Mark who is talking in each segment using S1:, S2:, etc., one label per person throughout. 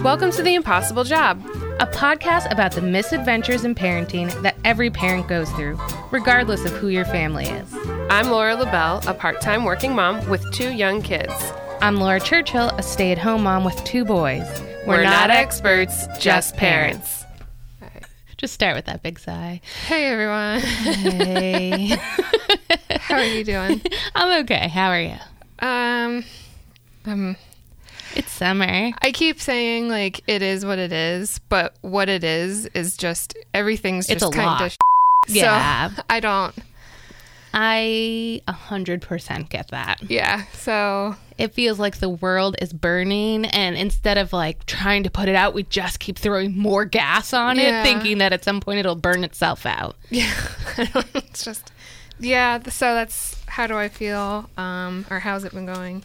S1: Welcome to The Impossible Job.
S2: a podcast about the misadventures in parenting that every parent goes through, regardless of who your family is.
S1: I'm Laura LaBelle, a part time working mom with two young kids.
S2: I'm Laura Churchill, a stay at home mom with two boys.
S1: experts,
S2: just parents. Just start with that big sigh.
S1: Hey everyone,
S2: Hey.
S1: how are you doing?
S2: I'm okay. How are you?
S1: Um, um,
S2: It's summer.
S1: I keep saying like it is what it is, but what it is is just everything's
S2: It's
S1: just
S2: a
S1: kind
S2: lot.
S1: of. Sh-
S2: Yeah.
S1: So I don't.
S2: I 100% get that.
S1: Yeah. So
S2: It feels like the world is burning, and instead of like trying to put it out, we just keep throwing more gas on
S1: Yeah.
S2: it, thinking that at some point it'll burn itself out.
S1: yeah, I don't, it's just yeah. th- So that's how do I feel? Um, or how's it been going?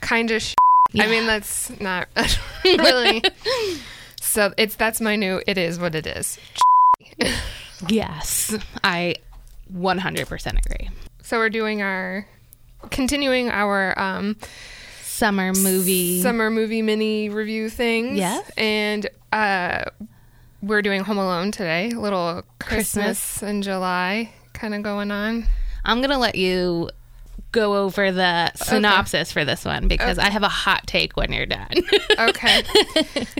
S1: Kind of. Sh- I mean, that's not really. so it's that's my new. It is what it is.
S2: Yes, I 100% agree.
S1: So we're doing our continuing our um
S2: Summer movie.
S1: summer movie mini review things.
S2: Yes.
S1: And uh we're doing Home Alone today. A little Christmas, in July kind of going on.
S2: I'm going to let you go over the synopsis for this one because I have a hot take when you're done.
S1: Okay.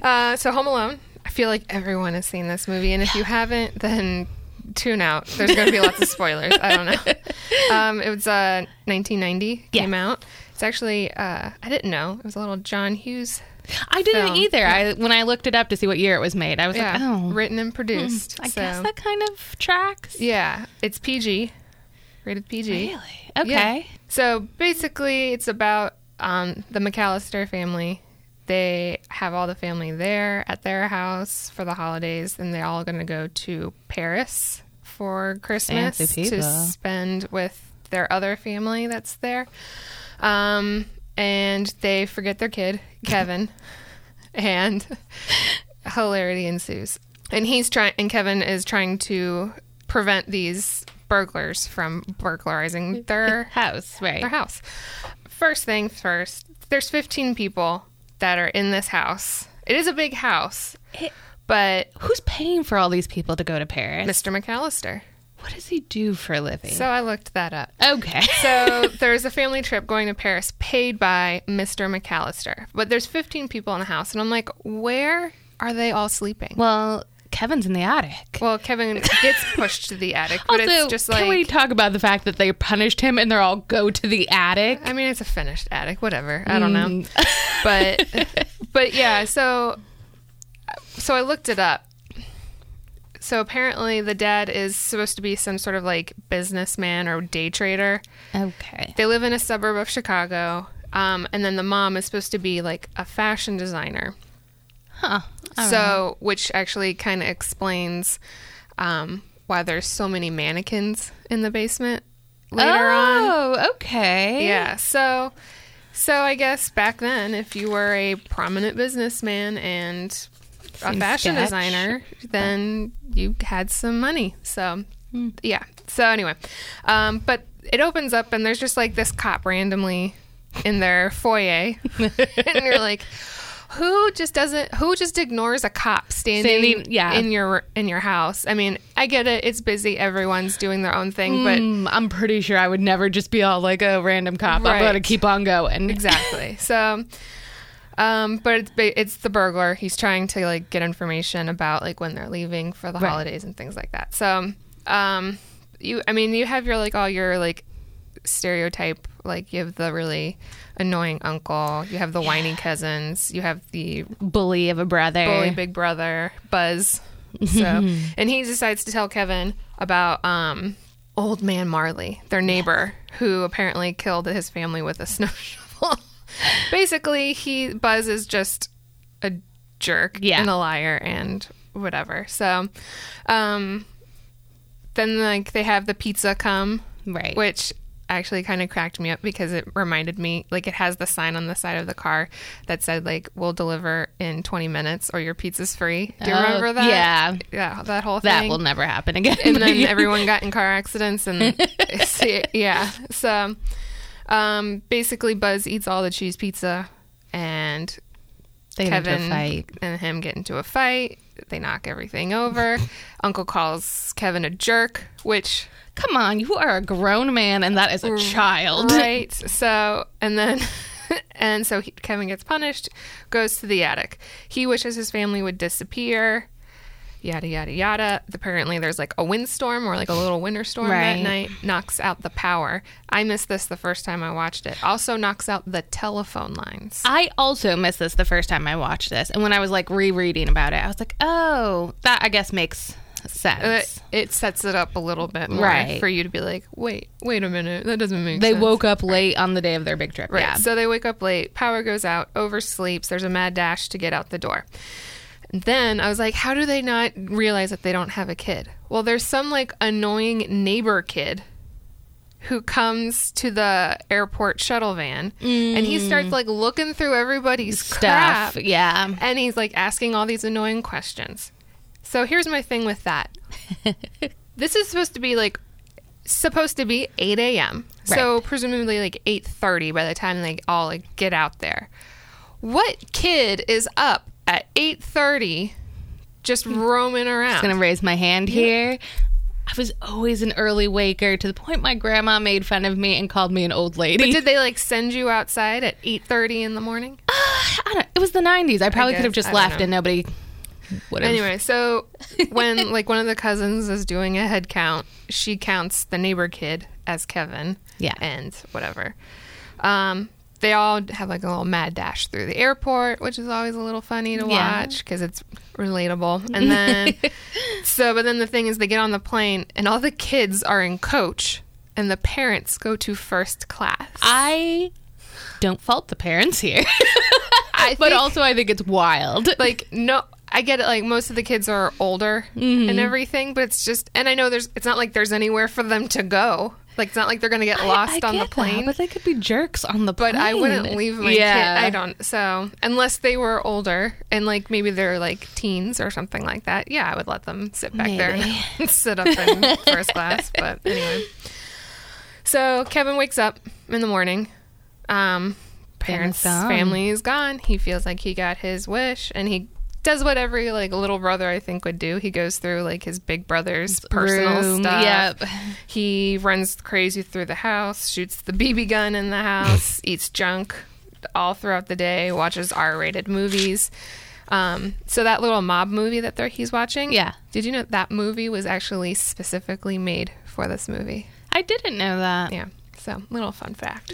S1: uh so Home Alone. I feel like everyone has seen this movie and if you haven't then tune out. There's going to be lots of spoilers. I don't know. Um it was uh 1990
S2: Yeah.
S1: came out. It's actually uh I didn't know. It was a little John Hughes
S2: I didn't
S1: Film.
S2: either. I when I looked it up to see what year it was made, I was
S1: yeah,
S2: like, oh,
S1: written and produced.
S2: I
S1: so.
S2: guess that kind of tracks.
S1: Yeah, it's PG, rated PG.
S2: Really? Okay.
S1: Yeah. So basically, it's about um, the McAllister family. They have all the family there at their house for the holidays, and they're all going to go to Paris for Christmas
S2: Fancy
S1: to
S2: people.
S1: spend with their other family that's there. Um, and they forget their kid, Kevin, and hilarity ensues. And he's trying, and Kevin is trying to prevent these burglars from burglarizing their
S2: House, right?
S1: their house. First thing first, there's 15 people that are in this house. It is a big house,
S2: It-
S1: but
S2: Who's paying for all these people to go to Paris?
S1: Mr. McAllister.
S2: What does he do for a living?
S1: So I looked that up.
S2: okay.
S1: So there's a family trip going to Paris paid by Mr. McAllister, but there's 15 people in the house, and I'm like, where are they all sleeping?
S2: well, Kevin's in the attic.
S1: Well, Kevin gets pushed to the attic, but
S2: also,
S1: it's just like
S2: can we talk about the fact that they punished him and they're all go to the attic?
S1: I mean, it's a finished attic, whatever. I don't know. but but yeah, so so I looked it up. So apparently the dad is supposed to be some sort of like businessman or day trader.
S2: Okay.
S1: They live in a suburb of Chicago. Um, and then the mom is supposed to be like a fashion designer.
S2: Huh.
S1: so, which actually kind of explains um, why there's so many mannequins in the basement later on.
S2: Oh, okay.
S1: Yeah. So, so I guess back then, if you were a prominent businessman and a
S2: Seems
S1: fashion
S2: sketch.
S1: designer, then you had some money. So,
S2: Hmm.
S1: yeah. So anyway, um, but it opens up and there's just like this cop randomly in their foyer, and you're like. Who just doesn't? Who just ignores a cop standing,
S2: Standing- yeah.
S1: in your in your house? I mean, I get it. It's busy. Everyone's doing their own thing, but
S2: Mm, I'm pretty sure I would never just be all like a random cop.
S1: Right.
S2: I'm going to keep on going.
S1: exactly. So, um, but it's ba- it's the burglar. He's trying to like get information about like when they're leaving for the
S2: Right.
S1: holidays and things like that. So, um, you, I mean, you have your like all your like stereotype. Like you have the really annoying uncle. You have the whiny cousins. You have the
S2: Bully of a brother.
S1: bully big brother Buzz. So, and he decides to tell Kevin about um, old man Marley, their neighbor, who apparently killed his family with a snow shovel. Basically, he Buzz is just a jerk
S2: Yeah.
S1: and a liar and whatever. So, um, then like they have the pizza come,
S2: Right.
S1: Which actually kind of cracked me up because it reminded me like it has the sign on the side of the car that said like we'll deliver in 20 minutes or your pizza's free. Do you
S2: Oh,
S1: remember that?
S2: yeah.
S1: Yeah, that whole
S2: That
S1: thing.
S2: will never happen again.
S1: and then everyone got in car accidents and see, yeah. So um basically Buzz eats all the cheese pizza and
S2: They get into a
S1: Kevin
S2: fight.
S1: and him get into a fight. They knock everything over. Uncle calls Kevin a jerk, which
S2: Come on, you are a grown man, and that is a child.
S1: right. So and then and so he, Kevin gets punished, goes to the attic. He wishes his family would disappear. Yada yada yada. Apparently, there's like a windstorm or like a little winter storm
S2: Right.
S1: that night. Knocks out the power. I missed this the first time I watched it. Also knocks out the telephone lines.
S2: I also missed this the first time I watched this, and when I was like rereading about it, I was like, oh, that I guess makes sense.
S1: it, it sets it up a little bit more
S2: Right.
S1: for you to be like, wait, wait a minute, that doesn't make
S2: they
S1: sense.
S2: woke up late on the day of their big trip.
S1: Right.
S2: Yeah.
S1: So they wake up late, power goes out, oversleeps, there's a mad dash to get out the door. Then I was like, how do they not realize that they don't have a kid? Well, there's some like annoying neighbor kid who comes to the airport shuttle van and he starts like looking through everybody's
S2: Mm. Stuff.
S1: crap
S2: Yeah.
S1: and he's like asking all these annoying questions. So here's my thing with that. this is supposed to be like supposed to be 8 a.m. So presumably like 8:30 by the time they all like get out there. What kid is up at 8:30 just roaming around?
S2: gonna raise my hand here. I was always an early waker to the point my grandma made fun of me and called me an old lady.
S1: Did they like send you outside at 8:30 in the morning?
S2: I don't, it was the 90s. I probably could have
S1: guess.
S2: just
S1: I don't
S2: left
S1: know.
S2: and nobody would have.
S1: Anyway, so when like one of the cousins is doing a head count, she counts the neighbor kid as Kevin.
S2: Yeah.
S1: And whatever. Um, they all have like a little mad dash through the airport, which is always a little funny to
S2: Yeah.
S1: watch because it's relatable. And then, so, but then the thing is, they get on the plane and all the kids are in coach and the parents go to first class.
S2: I don't fault the parents here,
S1: I
S2: but
S1: think-
S2: also I think it's wild.
S1: like no i get it like most of the kids are older and everything but it's just and i know there's it's not like there's anywhere for them to go like it's not like they're gonna get lost on the plane
S2: but they could be jerks on the plane.
S1: but I wouldn't leave my kid. I don't. So unless they were older and like maybe they're like teens or something like that, yeah, I would let them sit back there
S2: Maybe.
S1: and sit up in first class. But anyway, so Kevin wakes up in the morning. Um, parents,
S2: Parents gone.
S1: family is gone. He feels like he got his wish, and he does what every like little brother I think would do. He goes through like his big brother's personal
S2: Room,
S1: stuff.
S2: yep.
S1: He runs crazy through the house, shoots the BB gun in the house, eats junk all throughout the day, watches R-rated movies. Um, so that little mob movie that they're, he's watching,
S2: Yeah.
S1: Did you know that movie was actually specifically made for this movie?
S2: I didn't know that
S1: Yeah. So little fun fact.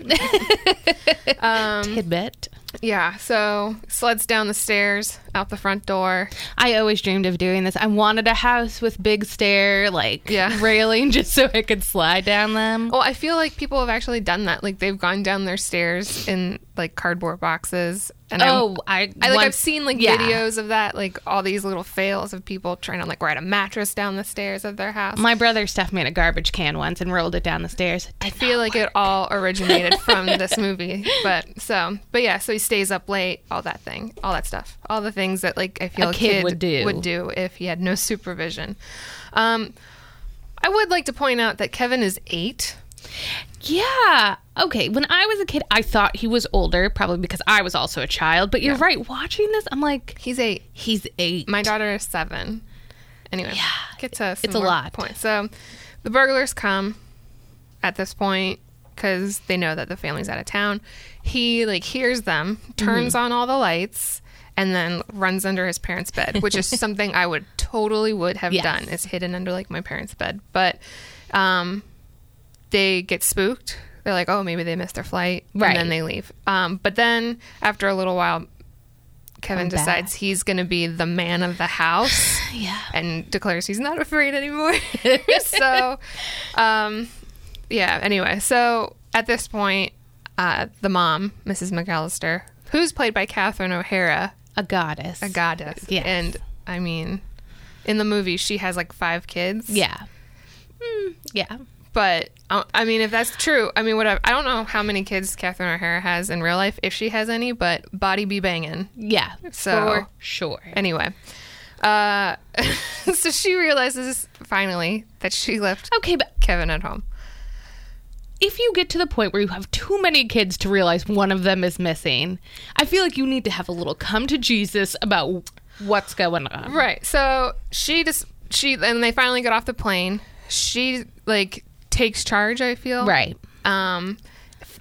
S1: Um,
S2: tidbit.
S1: yeah. So sleds down the stairs, out the front door.
S2: I always dreamed of doing this. I wanted a house with big stair, like
S1: Yeah.
S2: railing, just so I could slide down them.
S1: Well, I feel like people have actually done that. Like they've gone down their stairs in like cardboard boxes. And I'm-
S2: oh, I,
S1: I like
S2: once-
S1: I've seen like
S2: yeah.
S1: videos of that, like all these little fails of people trying to like ride a mattress down the stairs of their house.
S2: My brother's stuff made a garbage can once and rolled it down the stairs.
S1: I feel like it all originated from this movie, but so, but yeah, so he stays up late, all that thing, all that stuff, all the things that like I feel
S2: A
S1: a,
S2: kid would do.
S1: would do if he had no supervision. Um, I would like to point out that Kevin is eight.
S2: Yeah. Okay. When I was a kid, I thought he was older, probably because I was also a child. But you're right. Watching this, I'm like,
S1: He's eight.
S2: he's eight.
S1: My daughter is seven. Anyway,
S2: Yeah,
S1: get to some
S2: it's a
S1: more
S2: lot.
S1: Points. So the burglars come at this point because they know that the family's out of town. He like hears them, turns
S2: Mm-hmm.
S1: on all the lights, and then runs under his parents' bed, which is something I would totally would have
S2: Yes.
S1: done is hidden under like my parents' bed. But um, they get spooked. They're like, oh, maybe they missed their flight,
S2: Right.
S1: And then they leave. Um, but then after a little while, Kevin
S2: Come back.
S1: decides he's going to be the man of the house
S2: yeah.
S1: and declares he's not afraid anymore. so, um, yeah, anyway. So at this point, uh, the mom, Mrs. McAllister, who's played by Catherine O'Hara,
S2: A goddess.
S1: a goddess.
S2: Yes.
S1: And I mean, in the movie, she has like five kids.
S2: Yeah. Mm, yeah.
S1: But I I mean, if that's true, I mean, whatever. I don't know how many kids Catherine O'Hara has in real life, if she has any, but body be banging.
S2: Yeah.
S1: So-
S2: for sure.
S1: Anyway, uh, so she realizes finally that she left
S2: Okay, but
S1: Kevin at home.
S2: if you get to the point where you have too many kids to realize one of them is missing, I feel like you need to have a little come to Jesus about what's going on.
S1: Right. So she just she and they finally get off the plane. She like takes charge. I feel
S2: Right.
S1: Um,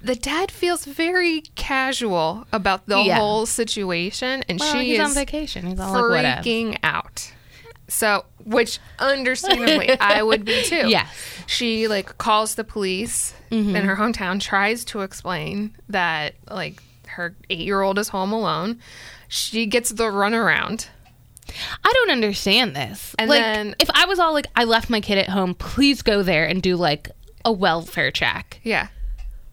S1: the dad feels very casual about the
S2: Yeah.
S1: whole situation, and
S2: Well,
S1: she
S2: he's
S1: is
S2: on vacation. He's all like, whatever.
S1: freaking out. So, which understandably, I would be too.
S2: Yes. Mm-hmm.
S1: She like calls the police in her hometown, tries to explain that like her eight year old is home alone. She gets the runaround.
S2: I don't understand this.
S1: And
S2: like,
S1: then-
S2: if I was all like, I left my kid at home, please go there and do like a welfare check.
S1: Yeah.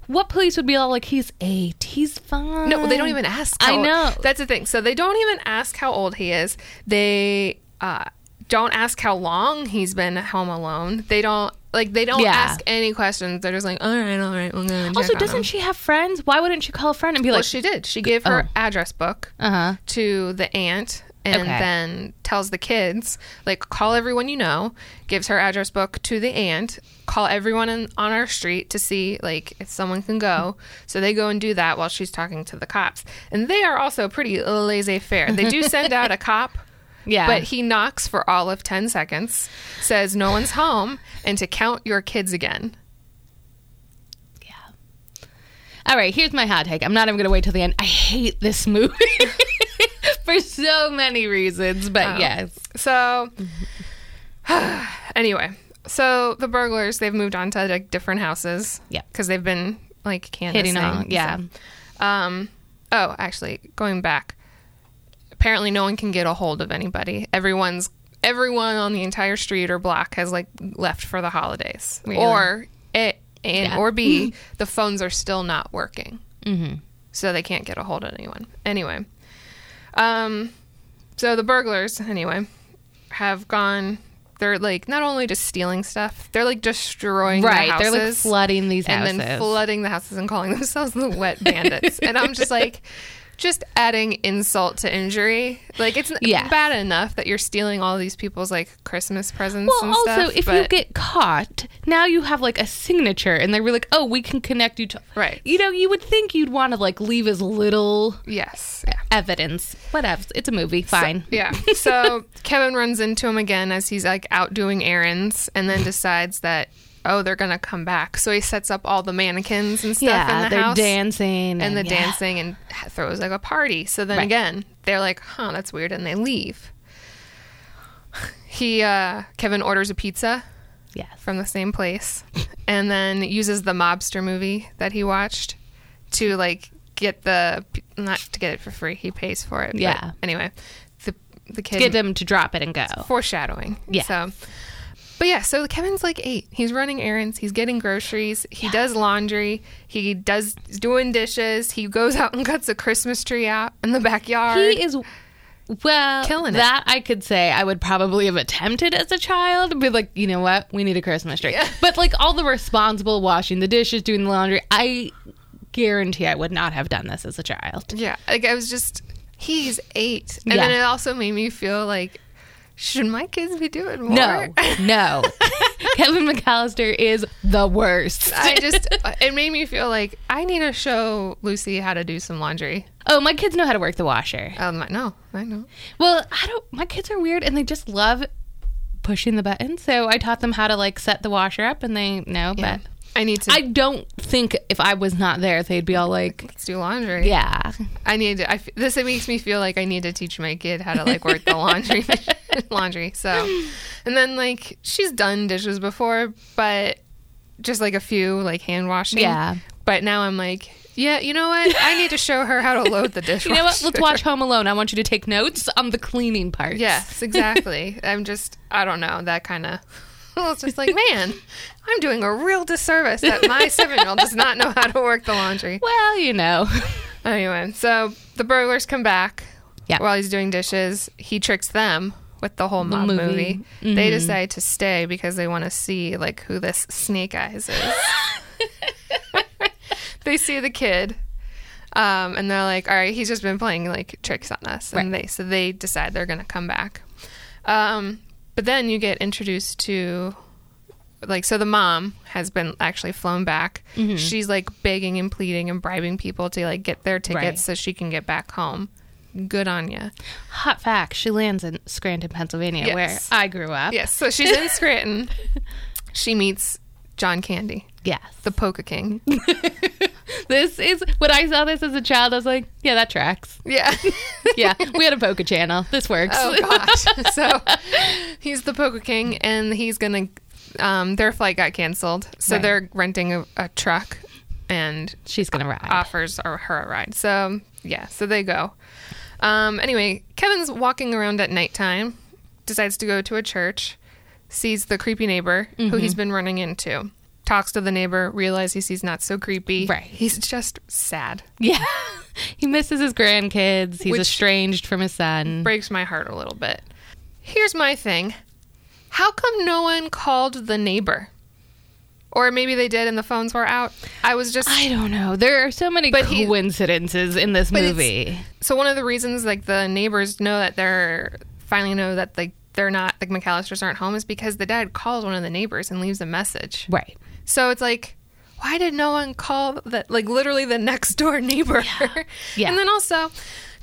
S2: What police would be all like, he's eight, he's fine.
S1: No, they don't even ask.
S2: Mm. I
S1: how-
S2: know.
S1: That's the thing. So they don't even ask how old he is. They uh, don't ask how long he's been home alone. They don't like they don't
S2: Yeah.
S1: ask any questions. They're just like, all right, all right, we're gonna.
S2: Also,
S1: check on him."
S2: doesn't she have friends? Why wouldn't she call a friend and be
S1: Well,
S2: like,
S1: she did. She gave her
S2: oh.
S1: address book
S2: uh huh?
S1: to the aunt and
S2: Okay.
S1: then tells the kids, like, call everyone you know, gives her address book to the aunt, call everyone in, on our street to see, like, if someone can go. So they go and do that while she's talking to the cops. And they are also pretty laissez faire. They do send out a cop.
S2: Yeah.
S1: But he knocks for all of 10 seconds, says no one's home, and to count your kids again.
S2: All right, here's my hot take. I'm not even going to wait till the end. I hate this movie for so many reasons, but
S1: Oh.
S2: yes.
S1: So, anyway, so the burglars they've moved on to like different houses.
S2: Yep.
S1: because they've been like canvassing.
S2: Hitting on, yeah.
S1: so. Um. Oh, actually, going back. Apparently, no one can get a hold of anybody. Everyone's everyone on the entire street or block has like left for the holidays,
S2: Really?
S1: or it and
S2: Yeah.
S1: or B, the phones are still not working, mm-hmm. so they can't get a hold of anyone. Anyway, um, so the burglars, anyway, have gone. They're like not only just stealing stuff, they're like destroying the
S2: Right. They're like
S1: houses
S2: flooding these
S1: and
S2: houses.
S1: then flooding the houses and calling themselves the wet bandits. and I'm just like, just adding insult to injury. Like it's
S2: Yeah.
S1: bad enough that you're stealing all these people's like Christmas presents.
S2: well,
S1: and
S2: also,
S1: stuff,
S2: if you
S1: but-
S2: get caught, now you have like a signature, and they were like, oh, we can connect you to.
S1: Right.
S2: You know, you would think you'd want to like leave as little
S1: yes, yeah.
S2: evidence. Whatever. It's a movie. Fine.
S1: Yeah. So Kevin runs into him again as he's like out doing errands and then decides that, oh, they're going to come back. So he sets up all the mannequins and stuff
S2: yeah,
S1: in the
S2: they're
S1: house.
S2: dancing.
S1: and the
S2: yeah.
S1: dancing and h- throws like a party. So then
S2: Right.
S1: again, they're like, "Huh, that's weird," and they leave. He uh, Kevin orders a pizza
S2: Yes.
S1: from the same place, and then uses the mobster movie that he watched to like get the p- not to get it for free. He pays for it. but
S2: Yeah.
S1: anyway, the the kid
S2: Get them to drop it and go.
S1: foreshadowing.
S2: Yeah.
S1: So, but yeah, so Kevin's like eight. He's running errands. He's getting groceries. He does laundry. He does he's doing dishes. He goes out and cuts a Christmas tree out in the backyard.
S2: He is well
S1: Killing it.
S2: that I could say I would probably have attempted as a child, be like, you know what, we need a Christmas tree. But like all the responsible washing the dishes, doing the laundry, I guarantee I would not have done this as a child.
S1: yeah, like I was just he's eight, and
S2: Yeah.
S1: then it also made me feel like should my kids be doing more?
S2: No, no. Kevin McAllister is the worst.
S1: I just it made me feel like I need to show Lucy how to do some laundry.
S2: oh, my kids know how to work the washer.
S1: Um, no, I know.
S2: Well, I don't. My kids are weird, and they just love pushing the button. So I taught them how to like set the washer up, and they know. But
S1: I need to
S2: I don't think if I was not there, they'd be all like,
S1: let's do laundry.
S2: yeah.
S1: I need to. I f this it makes me feel like I need to teach my kid how to like work the laundry, laundry. So, and then like she's done dishes before, but just like a few like hand washing.
S2: Yeah.
S1: But now I'm like, yeah, you know what? I need to show her how to load the dishwasher.
S2: You know what? Let's watch Home Alone. I want you to take notes on the cleaning part.
S1: Yes, exactly. I'm just, I don't know, that kind of. Well, it's just like, man, I'm doing a real disservice that my seven year old does not know how to work the laundry.
S2: Well, you know.
S1: Anyway, so the burglars come back.
S2: Yeah.
S1: While he's doing dishes, he tricks them with the whole mob
S2: movie. Mm-hmm.
S1: movie. They decide to stay because they want to see like who this Snake Eyes is. they see the kid, um, and they're like, "All right, he's just been playing like tricks on us." And they so they decide they're gonna come back. Um, but then you get introduced to like so the mom has been actually flown back. She's like begging and pleading and bribing people to like get their tickets
S2: Right.
S1: so she can get back home. Good on you.
S2: Hot fact: She lands in Scranton, Pennsylvania,
S1: Yes.
S2: where I grew up.
S1: Yes, so she's in Scranton. She meets John Candy,
S2: Yes.
S1: the Poker King.
S2: This is when I saw this as a child. I was like, yeah, that tracks.
S1: Yeah.
S2: Yeah, we had a poker channel. This works.
S1: Oh gosh. so he's the Poker King, and he's gonna. Um, their flight got canceled, so
S2: Right.
S1: they're renting a, a truck, and
S2: She's gonna ride.
S1: offers or her a ride. So yeah, so they go. Um, anyway, Kevin's walking around at nighttime, decides to go to a church, sees the creepy neighbor who
S2: Mm-hmm.
S1: he's been running into, talks to the neighbor, realizes he's not so creepy.
S2: Right.
S1: He's just sad.
S2: Yeah, he misses his grandkids. He's
S1: Which-
S2: estranged from his son.
S1: breaks my heart a little bit. Here's my thing How come no one called the neighbor? Or maybe they did and the phones were out. I was just.
S2: I don't know. There are so many
S1: But he-
S2: coincidences in this
S1: it's-
S2: movie.
S1: so, one of the reasons, like, the neighbors know that they're finally know that, like, they're not, like, McAllisters aren't home is because the dad calls one of the neighbors and leaves a message.
S2: Right.
S1: So it's like, why did no one call that? Like literally the next door neighbor.
S2: Yeah.
S1: and then also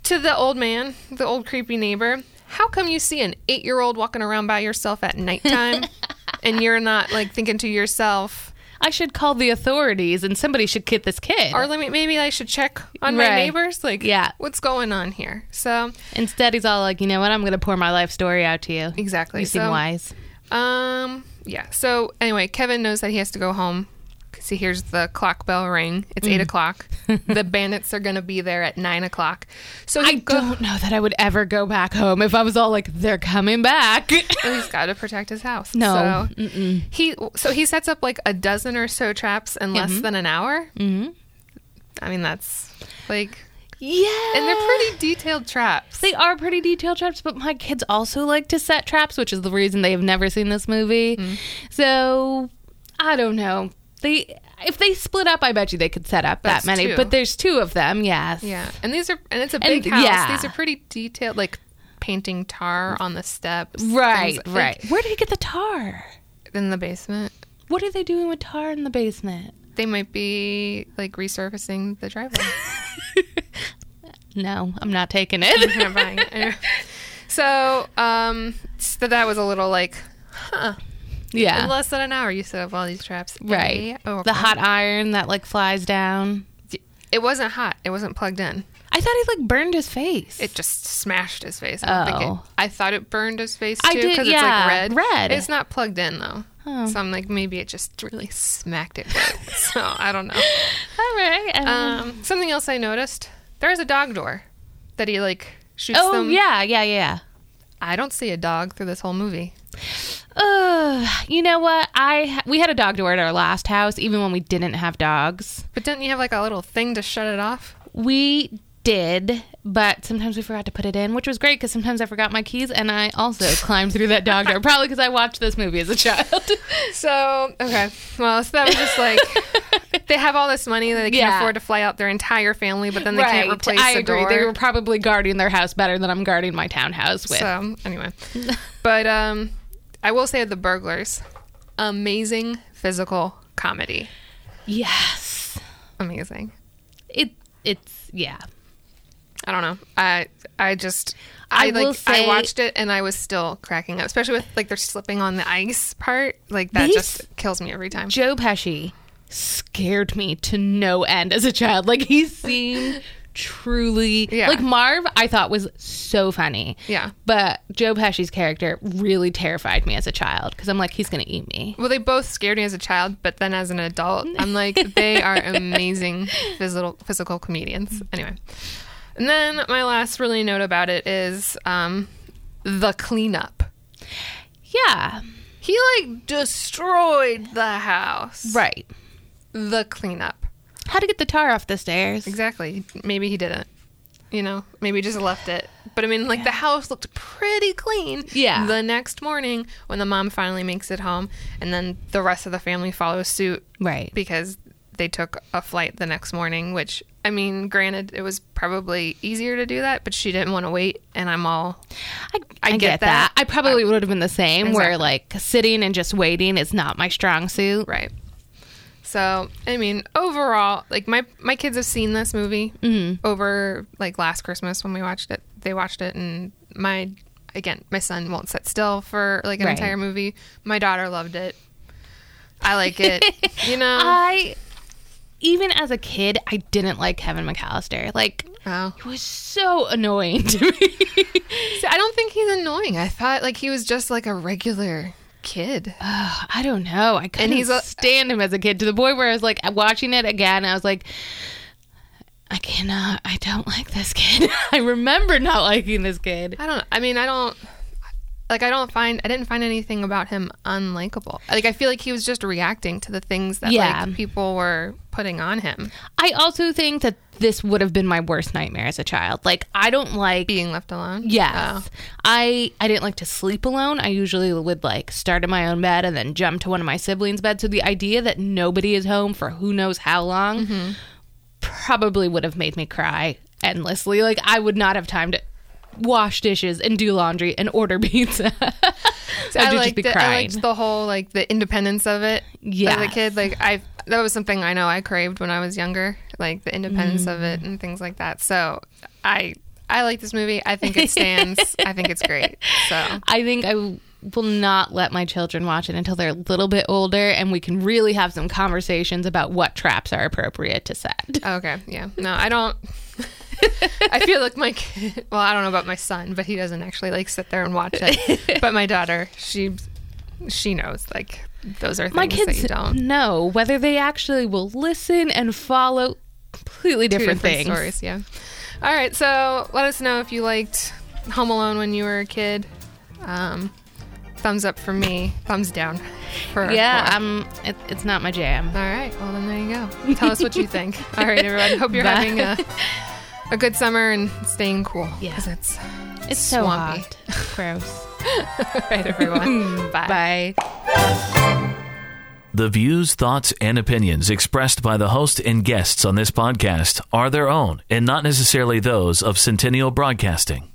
S1: to the old man, the old creepy neighbor. How come you see an eight year old walking around by yourself at nighttime, and you're not like thinking to yourself,
S2: I should call the authorities, and somebody should get this kid.
S1: or let me maybe I should check on
S2: Right.
S1: my neighbors? Like,
S2: Yeah.
S1: what's going on here? So
S2: Instead, he's all like, you know what? I'm gonna pour my life story out to you.
S1: exactly.
S2: You seem
S1: so,
S2: wise.
S1: Um. Yeah. So anyway, Kevin knows that he has to go home because he hears the clock bell ring. It's
S2: Mm.
S1: eight o'clock. the bandits are going to be there at nine o'clock. So
S2: I
S1: he go-
S2: don't know that I would ever go back home if I was all like, they're coming back.
S1: Oh, he's got to protect his house.
S2: No.
S1: So he so he sets up like a dozen or so traps in less than an hour. Mm-hmm. I mean, that's like,
S2: yeah.
S1: and they're pretty detailed traps.
S2: Eh. They are pretty detailed traps, but my kids also like to set traps, which is the reason they have never seen this movie.
S1: Mm-hmm.
S2: So I don't know. They if they split up, I bet you they could set up
S1: That's
S2: that many.
S1: two.
S2: But there's two of them, yes.
S1: Yeah. And these are and it's a
S2: And-
S1: big house.
S2: yeah.
S1: These are pretty detailed, like painting tar on the steps.
S2: Right,
S1: things- like,
S2: right. Where do you get the tar?
S1: in the basement.
S2: What are they doing with tar in the basement?
S1: They might be like resurfacing the driveway.
S2: No, I'm not taking it.
S1: They're not buying it. Anyway. So, um, so that was a little like, huh? In
S2: yeah.
S1: less than an hour, you set up all these traps,
S2: Right.
S1: Oh,
S2: The hot iron that like flies down.
S1: It wasn't hot. It wasn't plugged in.
S2: I thought he like burned his face.
S1: It just smashed his face. I, don't think
S2: Oh.
S1: it, I thought it burned his face
S2: I
S1: too
S2: did-
S1: because
S2: yeah,
S1: it's like red.
S2: red.
S1: It's not plugged in though.
S2: Oh.
S1: So I'm like, maybe it just really smacked it. Red. so I don't know.
S2: oh. all right. um,
S1: Um, something else I noticed: there is a dog door that he like shoots
S2: oh
S1: them.
S2: yeah, yeah, yeah.
S1: I don't see a dog through this whole movie.
S2: Uh, you know what? I we had a dog door at our last house, even when we didn't have dogs.
S1: But didn't you have like a little thing to shut it off?
S2: We did, but sometimes we forgot to put it in, which was great because sometimes I forgot my keys, and I also climbed through that dog door, probably because I watched this movie as a child.
S1: So okay, well, so that was just like they have all this money that they can't
S2: Yeah.
S1: afford to fly out their entire family, but then they can't replace
S2: I
S1: the
S2: agree.
S1: door.
S2: They were probably guarding their house better than I'm guarding my townhouse with.
S1: so anyway, but um, I will say the burglars, amazing physical comedy,
S2: Yes,
S1: amazing.
S2: it it's yeah.
S1: I don't know. I I just
S2: I
S1: I, like
S2: will say-
S1: I watched it and I was still cracking up, especially with like they're slipping on the ice part. Like that
S2: These-
S1: just kills me every time.
S2: Joe Pesci scared me to no end as a child. Like he seemed truly
S1: Yeah.
S2: like Marv. I thought was so funny.
S1: Yeah.
S2: but Joe Pesci's character really terrified me as a child because I'm like, he's gonna eat me.
S1: Well, they both scared me as a child, but then as an adult, I'm like, they are amazing physical physical comedians. Anyway, and then my last really note about it is um, the cleanup.
S2: Yeah,
S1: He like destroyed the house.
S2: right.
S1: The cleanup.
S2: How to get the tar off the stairs?
S1: Exactly. Maybe he didn't. You know, maybe he just left it. But I mean, like the house looked pretty clean.
S2: Yeah.
S1: The next morning, when the mom finally makes it home, and then the rest of the family follows suit
S2: Right.
S1: because they took a flight the next morning, which I mean, granted, it was probably easier to do that, but she didn't want to wait, and I'm all
S2: I, I
S1: get that.
S2: get, that. Uh, I probably would have been the same,
S1: Exactly.
S2: where like sitting and just waiting is not my strong suit.
S1: right. So I mean, overall, like my my kids have seen this movie over like last Christmas when we watched it. They watched it, and my again, my son won't sit still for like an
S2: Right.
S1: entire movie. My daughter loved it. I like it. you know.
S2: I, even as a kid, I didn't like Kevin McAllister. Like,
S1: Oh.
S2: he was so annoying to me.
S1: See, I don't think he's annoying. I thought like he was just like a regular kid.
S2: Ugh, I don't know. I couldn't
S1: he's a-
S2: stand him as a kid to the point where I was like watching it again. I was like, I cannot. I don't like this kid. I remember not liking this kid.
S1: I don't. I mean, I don't. Like I don't find I didn't find anything about him unlikable. Like I feel like he was just reacting to the things that
S2: Yeah.
S1: like people were putting on him,
S2: I also think that this would have been my worst nightmare as a child. Like, I don't like
S1: being left alone.
S2: Yes. Oh. I I didn't like to sleep alone. I usually would like start in my own bed and then jump to one of my siblings' beds. So the idea that nobody is home for who knows how long
S1: Mm-hmm.
S2: probably would have made me cry endlessly. Like I would not have time to wash dishes and do laundry and order pizza.
S1: So
S2: I
S1: I
S2: would
S1: liked
S2: just be
S1: it. I
S2: crying.
S1: liked the whole like the independence of it.
S2: Yeah.
S1: as a kid, like I that was something I know I craved when I was younger, like the independence of
S2: Mm.
S1: it and things like that. So I I like this movie. I think it stands. I think it's great. So
S2: I think I will not let my children watch it until they're a little bit older and we can really have some conversations about what traps are appropriate to set.
S1: Oh, Okay. Yeah. No, I don't. I feel like my kid. Well, I don't know about my son, but he doesn't actually like sit there and watch it. but my daughter, she, she knows like those are things
S2: my kids
S1: that you don't.
S2: know whether they actually will listen and follow completely
S1: Two
S2: different,
S1: different
S2: things.
S1: stories. Yeah. All right. So let us know if you liked Home Alone when you were a kid. Um, thumbs up for me. Thumbs down for
S2: Yeah,
S1: Laura.
S2: um, it, it's not my jam.
S1: All right. Well, then there you go. Tell us what you think. All right, everyone. Hope you're
S2: Bye.
S1: having a, a good summer and staying cool.
S2: Yeah.
S1: 'cause it's
S2: It's so
S1: Swampy.
S2: hot. Gross.
S1: All right, everyone. Bye.
S2: Bye.
S3: The views, thoughts, and opinions expressed by the host and guests on this podcast are their own and not necessarily those of Centennial Broadcasting.